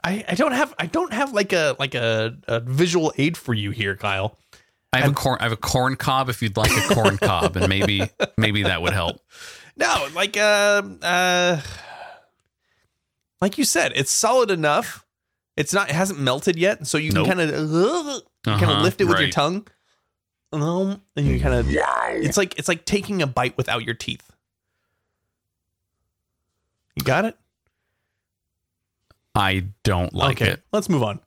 I, I don't have I don't have like a like a, a visual aid for you here, Kyle. I have a corn I have a corn cob if you'd like a corn cob and maybe maybe that would help. No, like um uh like you said, it's solid enough. It's not it hasn't melted yet, so you Nope. can kind of kind Uh-huh, of lift it with your right. tongue. Um, and you kind of it's like it's like taking a bite without your teeth. You got it? I don't like okay, it. let's move on.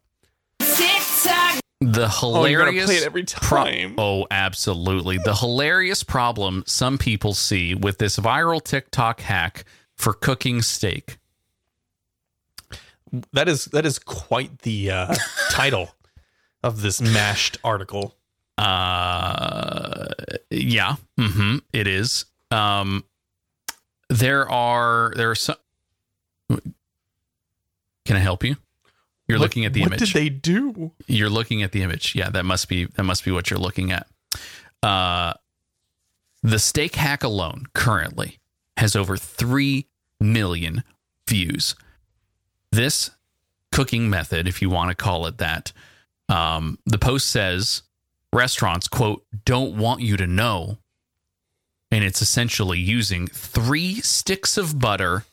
The Oh, you're gonna hilarious play it every Pro- time. oh, absolutely. The hilarious problem some people see with this viral TikTok hack for cooking steak. That is that is quite the uh, title of this mashed article. Uh, yeah, mm-hmm, it is. Um, there are there are some. Can I help you? You're What- looking at the what image. did they do? you're looking at the image. Yeah, that must be that must be what you're looking at. Uh, the steak hack alone currently has over three million views. This cooking method, if you want to call it that, um, the post says restaurants quote don't want you to know, and it's essentially using three sticks of butter,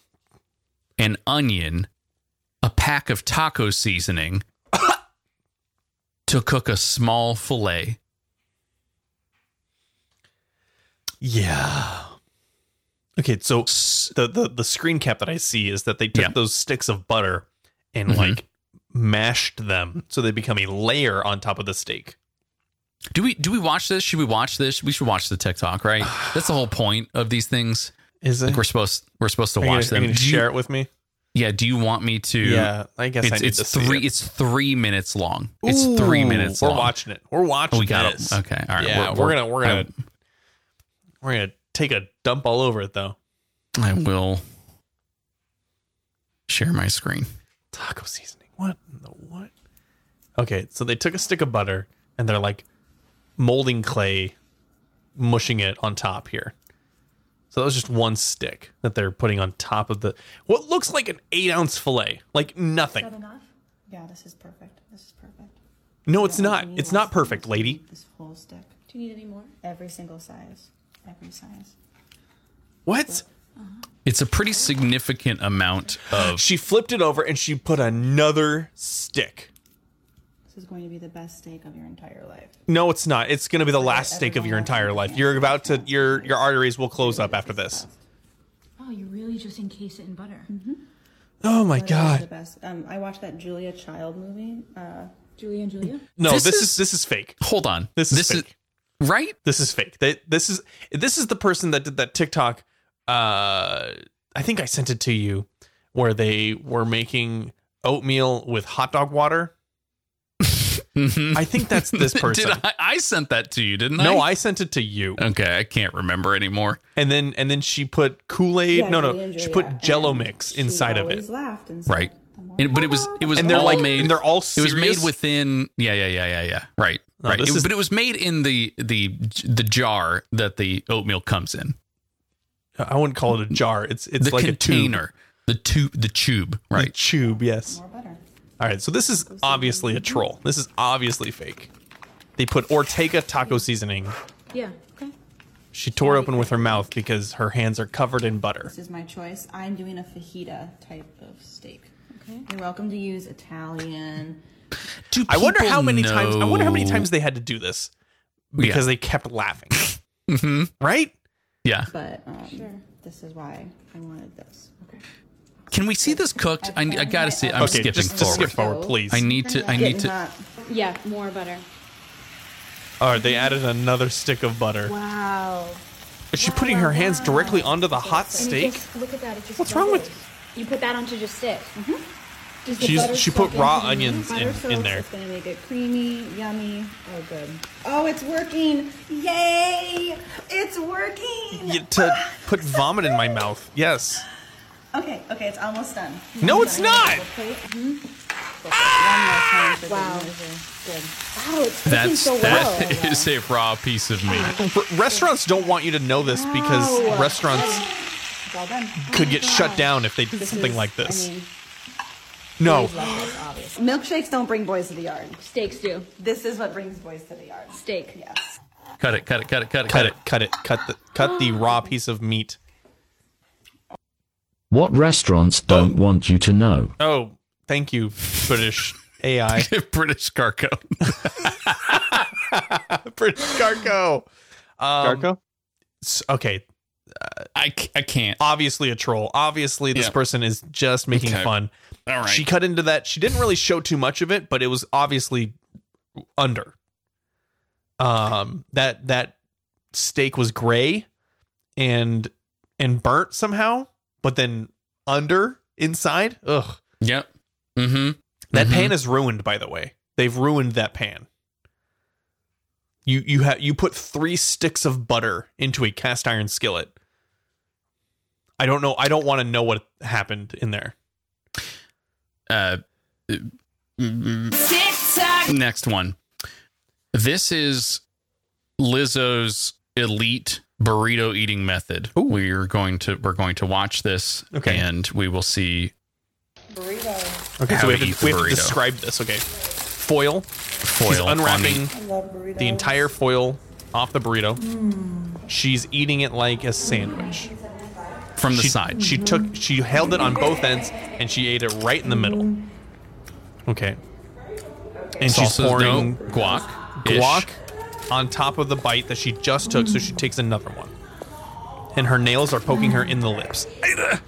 an onion, a pack of taco seasoning, to cook a small fillet. Yeah. Okay, so the, the the screen cap that I see is that they took Yeah. those sticks of butter and Mhm. like mashed them so they become a layer on top of the steak. Do we do we watch this? Should we watch this? We should watch the TikTok, right? That's the whole point of these things. Is it? Like we're supposed we're supposed to Are you watch gonna- are them. you gonna Do you- share it with me? yeah. Do you want me to? Yeah, I guess I It's need to it's see three it. it's three minutes long. It's three Ooh, minutes. We're long. Oh, watching it. We're watching. We got this. it. Okay. All right. Yeah, we're, gonna we're gonna I'm- we're gonna take a dump all over it though. I will share my screen. Taco seasoning. What in the what? Okay, so they took a stick of butter and they're like molding clay, mushing it on top here. So that was just one stick that they're putting on top of the what looks like an eight ounce fillet. Like nothing. enough? Yeah, this is perfect. This is perfect. No, it's not. It's not perfect, lady. This whole stick. Do you need any more? Every single size. Every size. What? It's a pretty significant amount of She flipped it over and she put another stick. This is going to be the best steak of your entire life. No, it's not. It's going to be the last steak of your entire life. You're about to your your arteries will close up after this. Oh, you really just encase it in butter. Oh my This is the god. best. Um, I watched that Julia Child movie. Uh, Julia and Julia. No, This this, is- is, this is fake. Hold on. This is fake. right? this is fake. They, this is this is the person that did that TikTok. Uh, I think I sent it to you, where they were making oatmeal with hot dog water. I think that's this person. Mm-hmm. Did I, Uh. I sent that to you, didn't I? no, I sent it to you, Okay, I can't remember anymore. and then and then she put Kool Aid. yeah, no, Julia no, and she Julia, put Jello and mix she inside of it. always laughed and said, Right. "The more And- but it was hot it was And they're all like, made. and they're all it was made serious? within. Yeah, yeah, yeah, yeah, yeah. Right, No, right. this It- is- but it was made in the the the jar that the oatmeal comes in. I wouldn't call it a jar. It's it's the like a tube. container, the tube, the tube. A Right. tube. Yes. more butter." All right, so this is obviously a troll. This is obviously fake. They put Ortega taco seasoning. Yeah. Okay. She tore open with her mouth because her hands are covered in butter. This is my choice. I'm doing a fajita type of steak. Okay. You're welcome to use Italian. Do I wonder people how many know- times I wonder how many times they had to do this because they kept laughing. Mm-hmm. Right? Yeah. but um, this is why I wanted this. Okay. Can we see this cooked? I, I gotta see. I'm okay, skipping just, just forward. skip forward, please. I need to. I need to. Yeah, more butter. All right, they added another stick of butter. Wow. Is she putting her hands directly onto the hot steak? look at that. It just What's wrong with- You put that onto just it. Does the She's butter she put soak raw into the- onions in, in there. It's gonna make it creamy, yummy. Oh, good. Oh, it's working! Yay! It's working. You- to put vomit in my mouth. Yes. Okay, okay, it's almost done. mm-hmm. No, it's not. Wow. Wow, it's cooking That's so well. that is a raw piece of meat. R- restaurants don't want you to know this because restaurants It's all done. could get shut down if they did something is- like this. I mean, no. milkshakes don't bring boys to the yard. Steaks do. This is what brings boys to the yard. Steak. Yes. Cut it. Cut it. Cut it. Cut it. Cut it, cut it, cut the cut the raw piece of meat. What restaurants don't want you to know? Oh, thank you, British AI. British Carco. British Garco. Garco? Um, S- Okay, I, c- I can't. obviously a troll. Obviously, this Yeah. person is just making Okay. fun. All right. She cut into that. She didn't really show too much of it, but it was obviously under. Um, that that steak was gray and and burnt somehow, but then under inside. Ugh. Yep. Mm-hmm. That pan is ruined, by the way. They've ruined that pan. You you have you put three sticks of butter into a cast iron skillet. I don't know. I don't want to know what happened in there. Uh, next one. This is Lizzo's elite burrito eating method. We're going to we're going to watch this, Okay. and we will see Burrito. Okay, How so we to have, eat to, the we have burrito. to describe this. Okay, foil. foil She's on the- unwrapping I love burritos. the entire foil off the burrito. She's eating it like a sandwich. from the she, side. She took she held it on both ends and she ate it right in the middle. Okay. And she's Salsa, pouring no, guac, guac on top of the bite that she just took, so she takes another one. And her nails are poking her in the lips. Ish.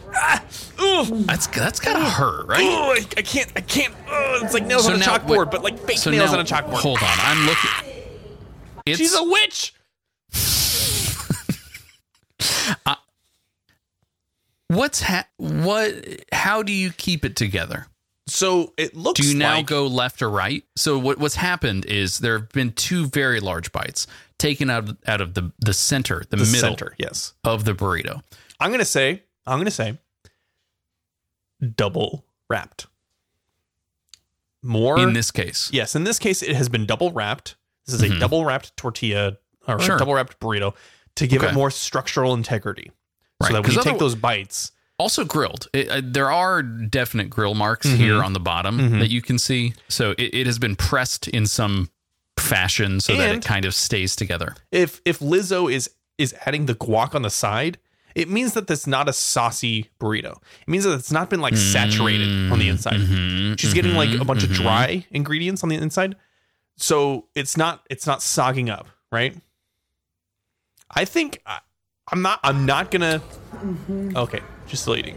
That's that's gotta hurt, right? Oh, I, I can't, I can't. Oh, it's like nails So on a now- chalkboard, wait. but like fake nails on a chalkboard. Hold on, I'm looking. It's, She's a witch. what's ha- what? How do you keep it together? So it looks. Do you now like- go left or right? So what what's happened is there have been two very large bites taken out of, out of the the center, the, The middle, center, yes. of the burrito. I'm gonna say. I'm gonna say. Double wrapped. More In this case, Yes, in this case, it has been double wrapped. This is a Mhm. double wrapped tortilla or a Sure. double wrapped burrito to give Okay. it more structural integrity. Right, So that when 'cause you take otherwi- those bites, also grilled. It, uh, there are definite grill marks Mhm. here on the bottom Mhm. that you can see. So it, it has been pressed in some fashion so that it And- kind of stays together. if if Lizzo is is adding the guac on the side, it means that that's not a saucy burrito. It means that it's not been like saturated Mm-hmm. on the inside. She's getting like a bunch of dry ingredients on the inside, so it's not it's not sogging up, right? I think I, I'm not I'm not gonna. Okay, just still eating.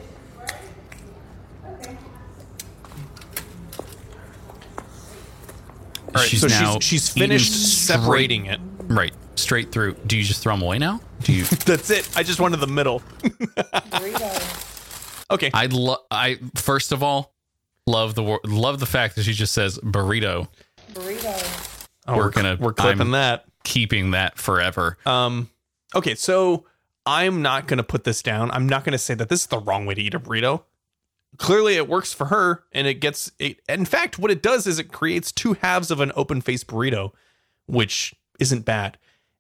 All right, She's so now she's she's eaten finished straight- separating it. Right, straight through. Do you just throw them away now? Do you? That's it. I just wanted the middle. okay. I love. I first of all love the wor- love the fact that she just says burrito. Burrito. Oh, we're we're gonna we're clipping I'm that. keeping that forever. Um, okay, so I'm not gonna put this down. I'm not gonna say that this is the wrong way to eat a burrito. Clearly, it works for her, and it gets it. In fact, what it does is it creates two halves of an open faced burrito, which isn't bad.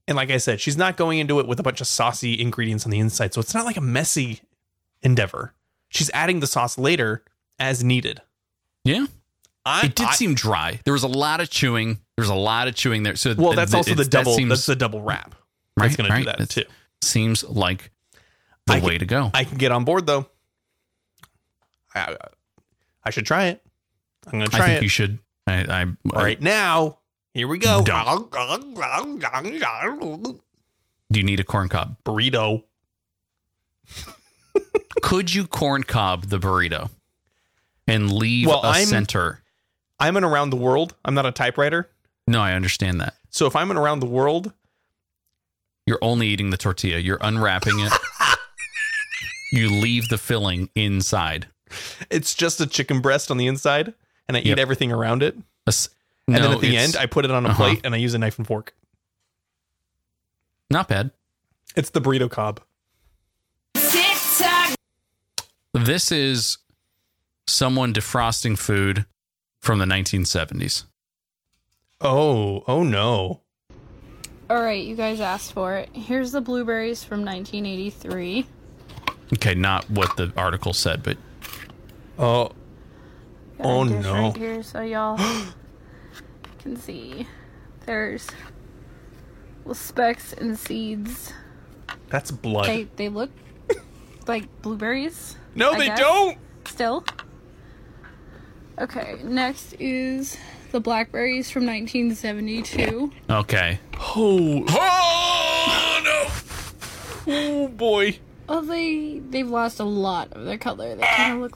And like I said, she's not going into it with a bunch of saucy ingredients on the inside, so it's not like a messy endeavor. She's adding the sauce later as needed. Yeah, I, it did I- seem dry. There was a lot of chewing. There was a lot of chewing there. So well. th- That's th- also the it's- that double. seems- that's the double wrap. Right, That's going right. to do that That's- too. seems like the I way can- to go. I can get on board though. I, I should try it. I'm gonna I, try think it you should. I, I, I- right now. Here we go. do you need a corn cob? Burrito. Could you corn cob the burrito and leave Well, a I'm- center? I'm an around the world. I'm not a typewriter. No, I understand that. So if I'm an around the world, You're only eating the tortilla. You're unwrapping it. you leave the filling inside. it's just a chicken breast on the inside, and I Yep. eat everything around it. A s- And no, then at the it's end, I put it on a uh-huh. plate and I use a knife and fork. not bad. It's the burrito cob. This is someone defrosting food from the 1970s. Oh, oh no. All right, you guys asked for it. Here's the blueberries from 1983. Okay, not what the article said, but Oh, Got a Oh, dish no. Right here, so y'all can see there's little specks and seeds. that's blood. They they look like blueberries. No, I they guess. don't. Still. Okay, next is the blackberries from 1972. okay. Oh, oh no! Oh boy! Oh, they they've lost a lot of their color. They kind of look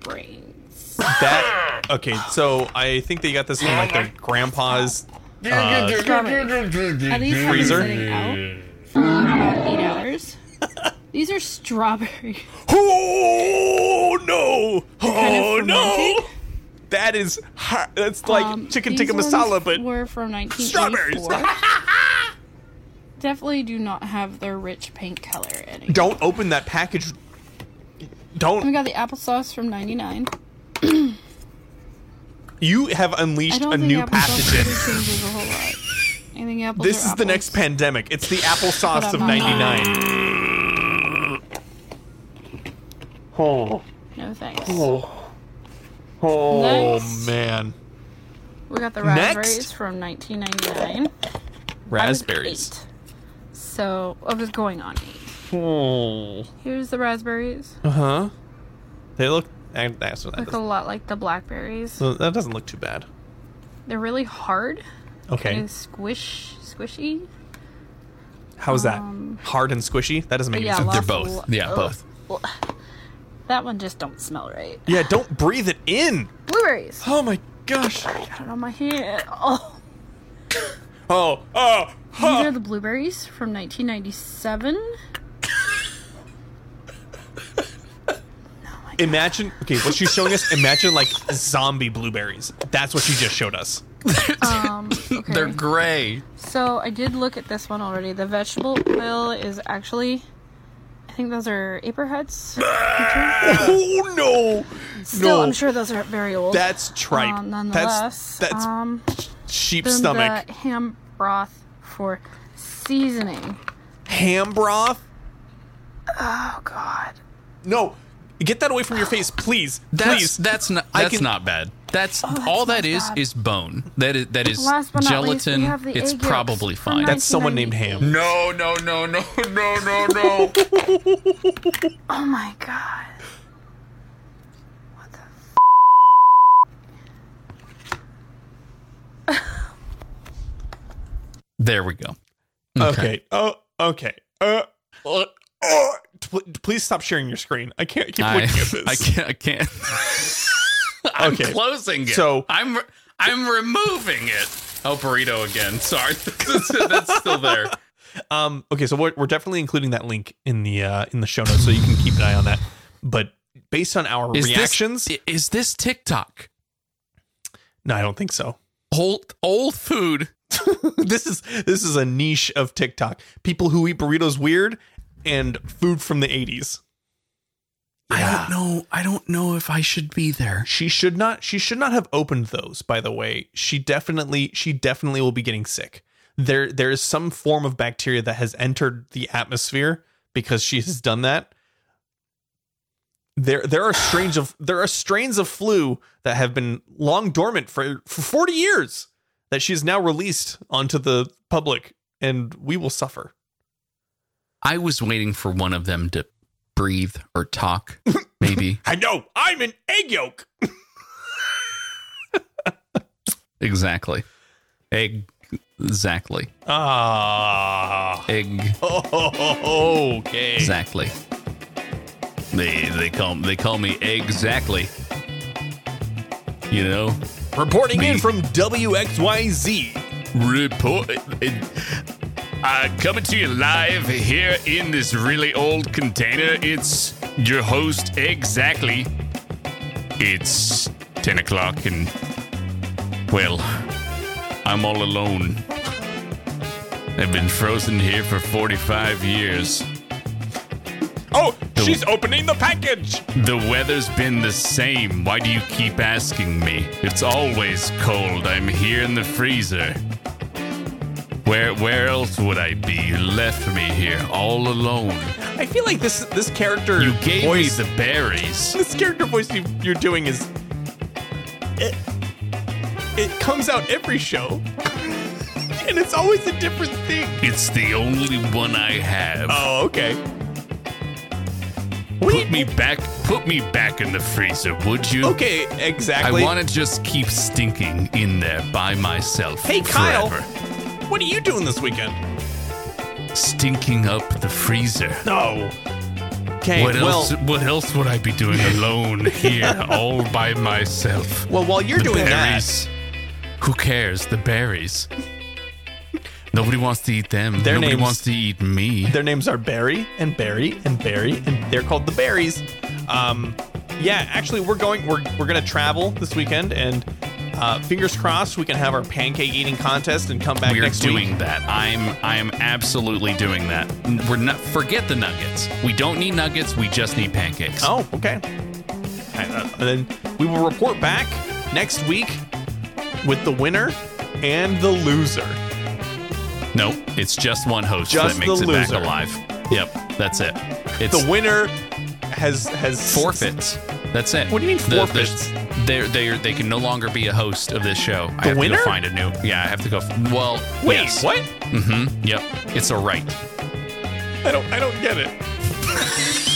brains. That okay? So I think they got this from like their grandpa's. Uh, Strawberries. Now, these have been Freezer? sitting out for about eight hours. These are strawberries. oh no! kind of Oh no! fermented. That is hot. that's like Um, chicken these tikka ones masala, but were from strawberries. 1984. Definitely do not have their rich pink color anymore. don't open that package. And we Don't got the applesauce from '99. you have I unleashed don't a think new applesauce really pathogen? changes a whole lot. Anything apples? This are is the apples. next pandemic. It's the But applesauce of I'm not '99. Oh, No thanks. oh, oh Next. man! We got the Next. raspberries from 1999. Raspberries. Eight. So I was going on eight. Oh. Here's the raspberries. Uh huh. They look. and That's what that Look a doesn't. lot like the blackberries. so That doesn't look too bad. They're really hard. Kind Okay. of squish, squishy. How's that? Hard and squishy. That doesn't But make um, yeah, any lots sense. of lo- ugh. Well, That one just don't smell right. Yeah. Don't breathe it in. Blueberries. Oh my gosh. Got it on my hand. Oh. Oh, Oh. these are the blueberries from 1997. oh my Imagine, okay, what she's showing us, imagine like zombie blueberries. That's what she just showed us. Um, okay. They're gray. So I did look at this one already. The vegetable oil is actually, I think those are apricots. oh no! Uh, Still, no. I'm sure those are very old. That's tripe. Um, That's- nonetheless, that's um, sheep then stomach. The ham broth for seasoning. Ham broth? Oh God. No, get that away from your face, please. That's please. that's not I that's can- not bad. That's, Oh, that's all not that is bad. is bone. That is that is Last but not least, we gelatin. have the egg it's yolks probably from fine. That's someone named Ham. No, no, no, no, no, no, no. Oh my God. there we go. Okay. Oh, okay. Uh, uh, oh, t- please stop sharing your screen. I can't keep I, looking at this. I can't. I can't. I'm Okay. closing it. So- I'm I'm removing it. Oh, burrito again. Sorry, that's, that's still there. Um. Okay. So we're, we're definitely including that link in the uh, in the show notes, so you can keep an eye on that. But based on our Is this- reactions, is this TikTok? No, I don't think so. Old old food. this is this is a niche of TikTok. People who eat burritos weird and food from the eighties. I don't know. I don't know if I should be there. She should not. She should not have opened those. By the way, she definitely. She definitely will be getting sick. There, there is some form of bacteria that has entered the atmosphere because she has done that. There, there are strains of there are strains of flu that have been long dormant for for forty years that she has now released onto the public, and we will suffer. I was waiting for one of them to breathe or talk. Maybe I know. I'm an egg yolk. exactly. Egg. Exactly. Ah. Egg. Okay. Exactly. They they call they call me exactly. You know, Reporting in Me. from WXYZ. report. Uh, coming to you live here in this really old container. It's your host exactly. It's ten o'clock and well, I'm all alone. I've been frozen here for forty-five years. Oh, The- she's opening the package. The weather's been the same. Why do you keep asking me? It's always cold. I'm here in the freezer. Where where else would I be? You left me here all alone. I feel like this this character You gave voice, me the berries. this character voice you, you're doing is it it comes out every show, and it's always a different thing. It's the only one I have. Oh, okay. What do put you- me back put me back in the freezer, would you? Okay, I exactly. want to just keep stinking in there by myself. Hey, Kyle. forever. What are you doing this weekend? stinking up the freezer. No. Okay. what well, else? What else would I be doing alone here, all by myself? well, while you're the doing that, berries. Who cares? The berries. Nobody wants to eat them. Their Nobody names- wants to eat me. Their names are Barry and Barry and Barry, and they're called the Berries. Um, yeah, actually, we're going. We're we're gonna travel this weekend, and uh, fingers crossed, we can have our pancake eating contest and come back We're next doing week. that. I'm. I am absolutely doing that. N- We're not. Forget the nuggets. We don't need nuggets. We just need pancakes. Oh, okay. And, uh, and then we will report back next week with the winner and the loser. No, it's just one host Just that makes the it loser. back alive. Yep, that's it. It's The winner has has forfeits. That's it. What do you mean The- forfeits? They're, they're, they can no longer be a host of this show. I The have to winner? go find a new. Yeah, I have to go. f- Well, Wait, yes. what? Mm-hmm. Yep, it's a right. I don't I don't get it.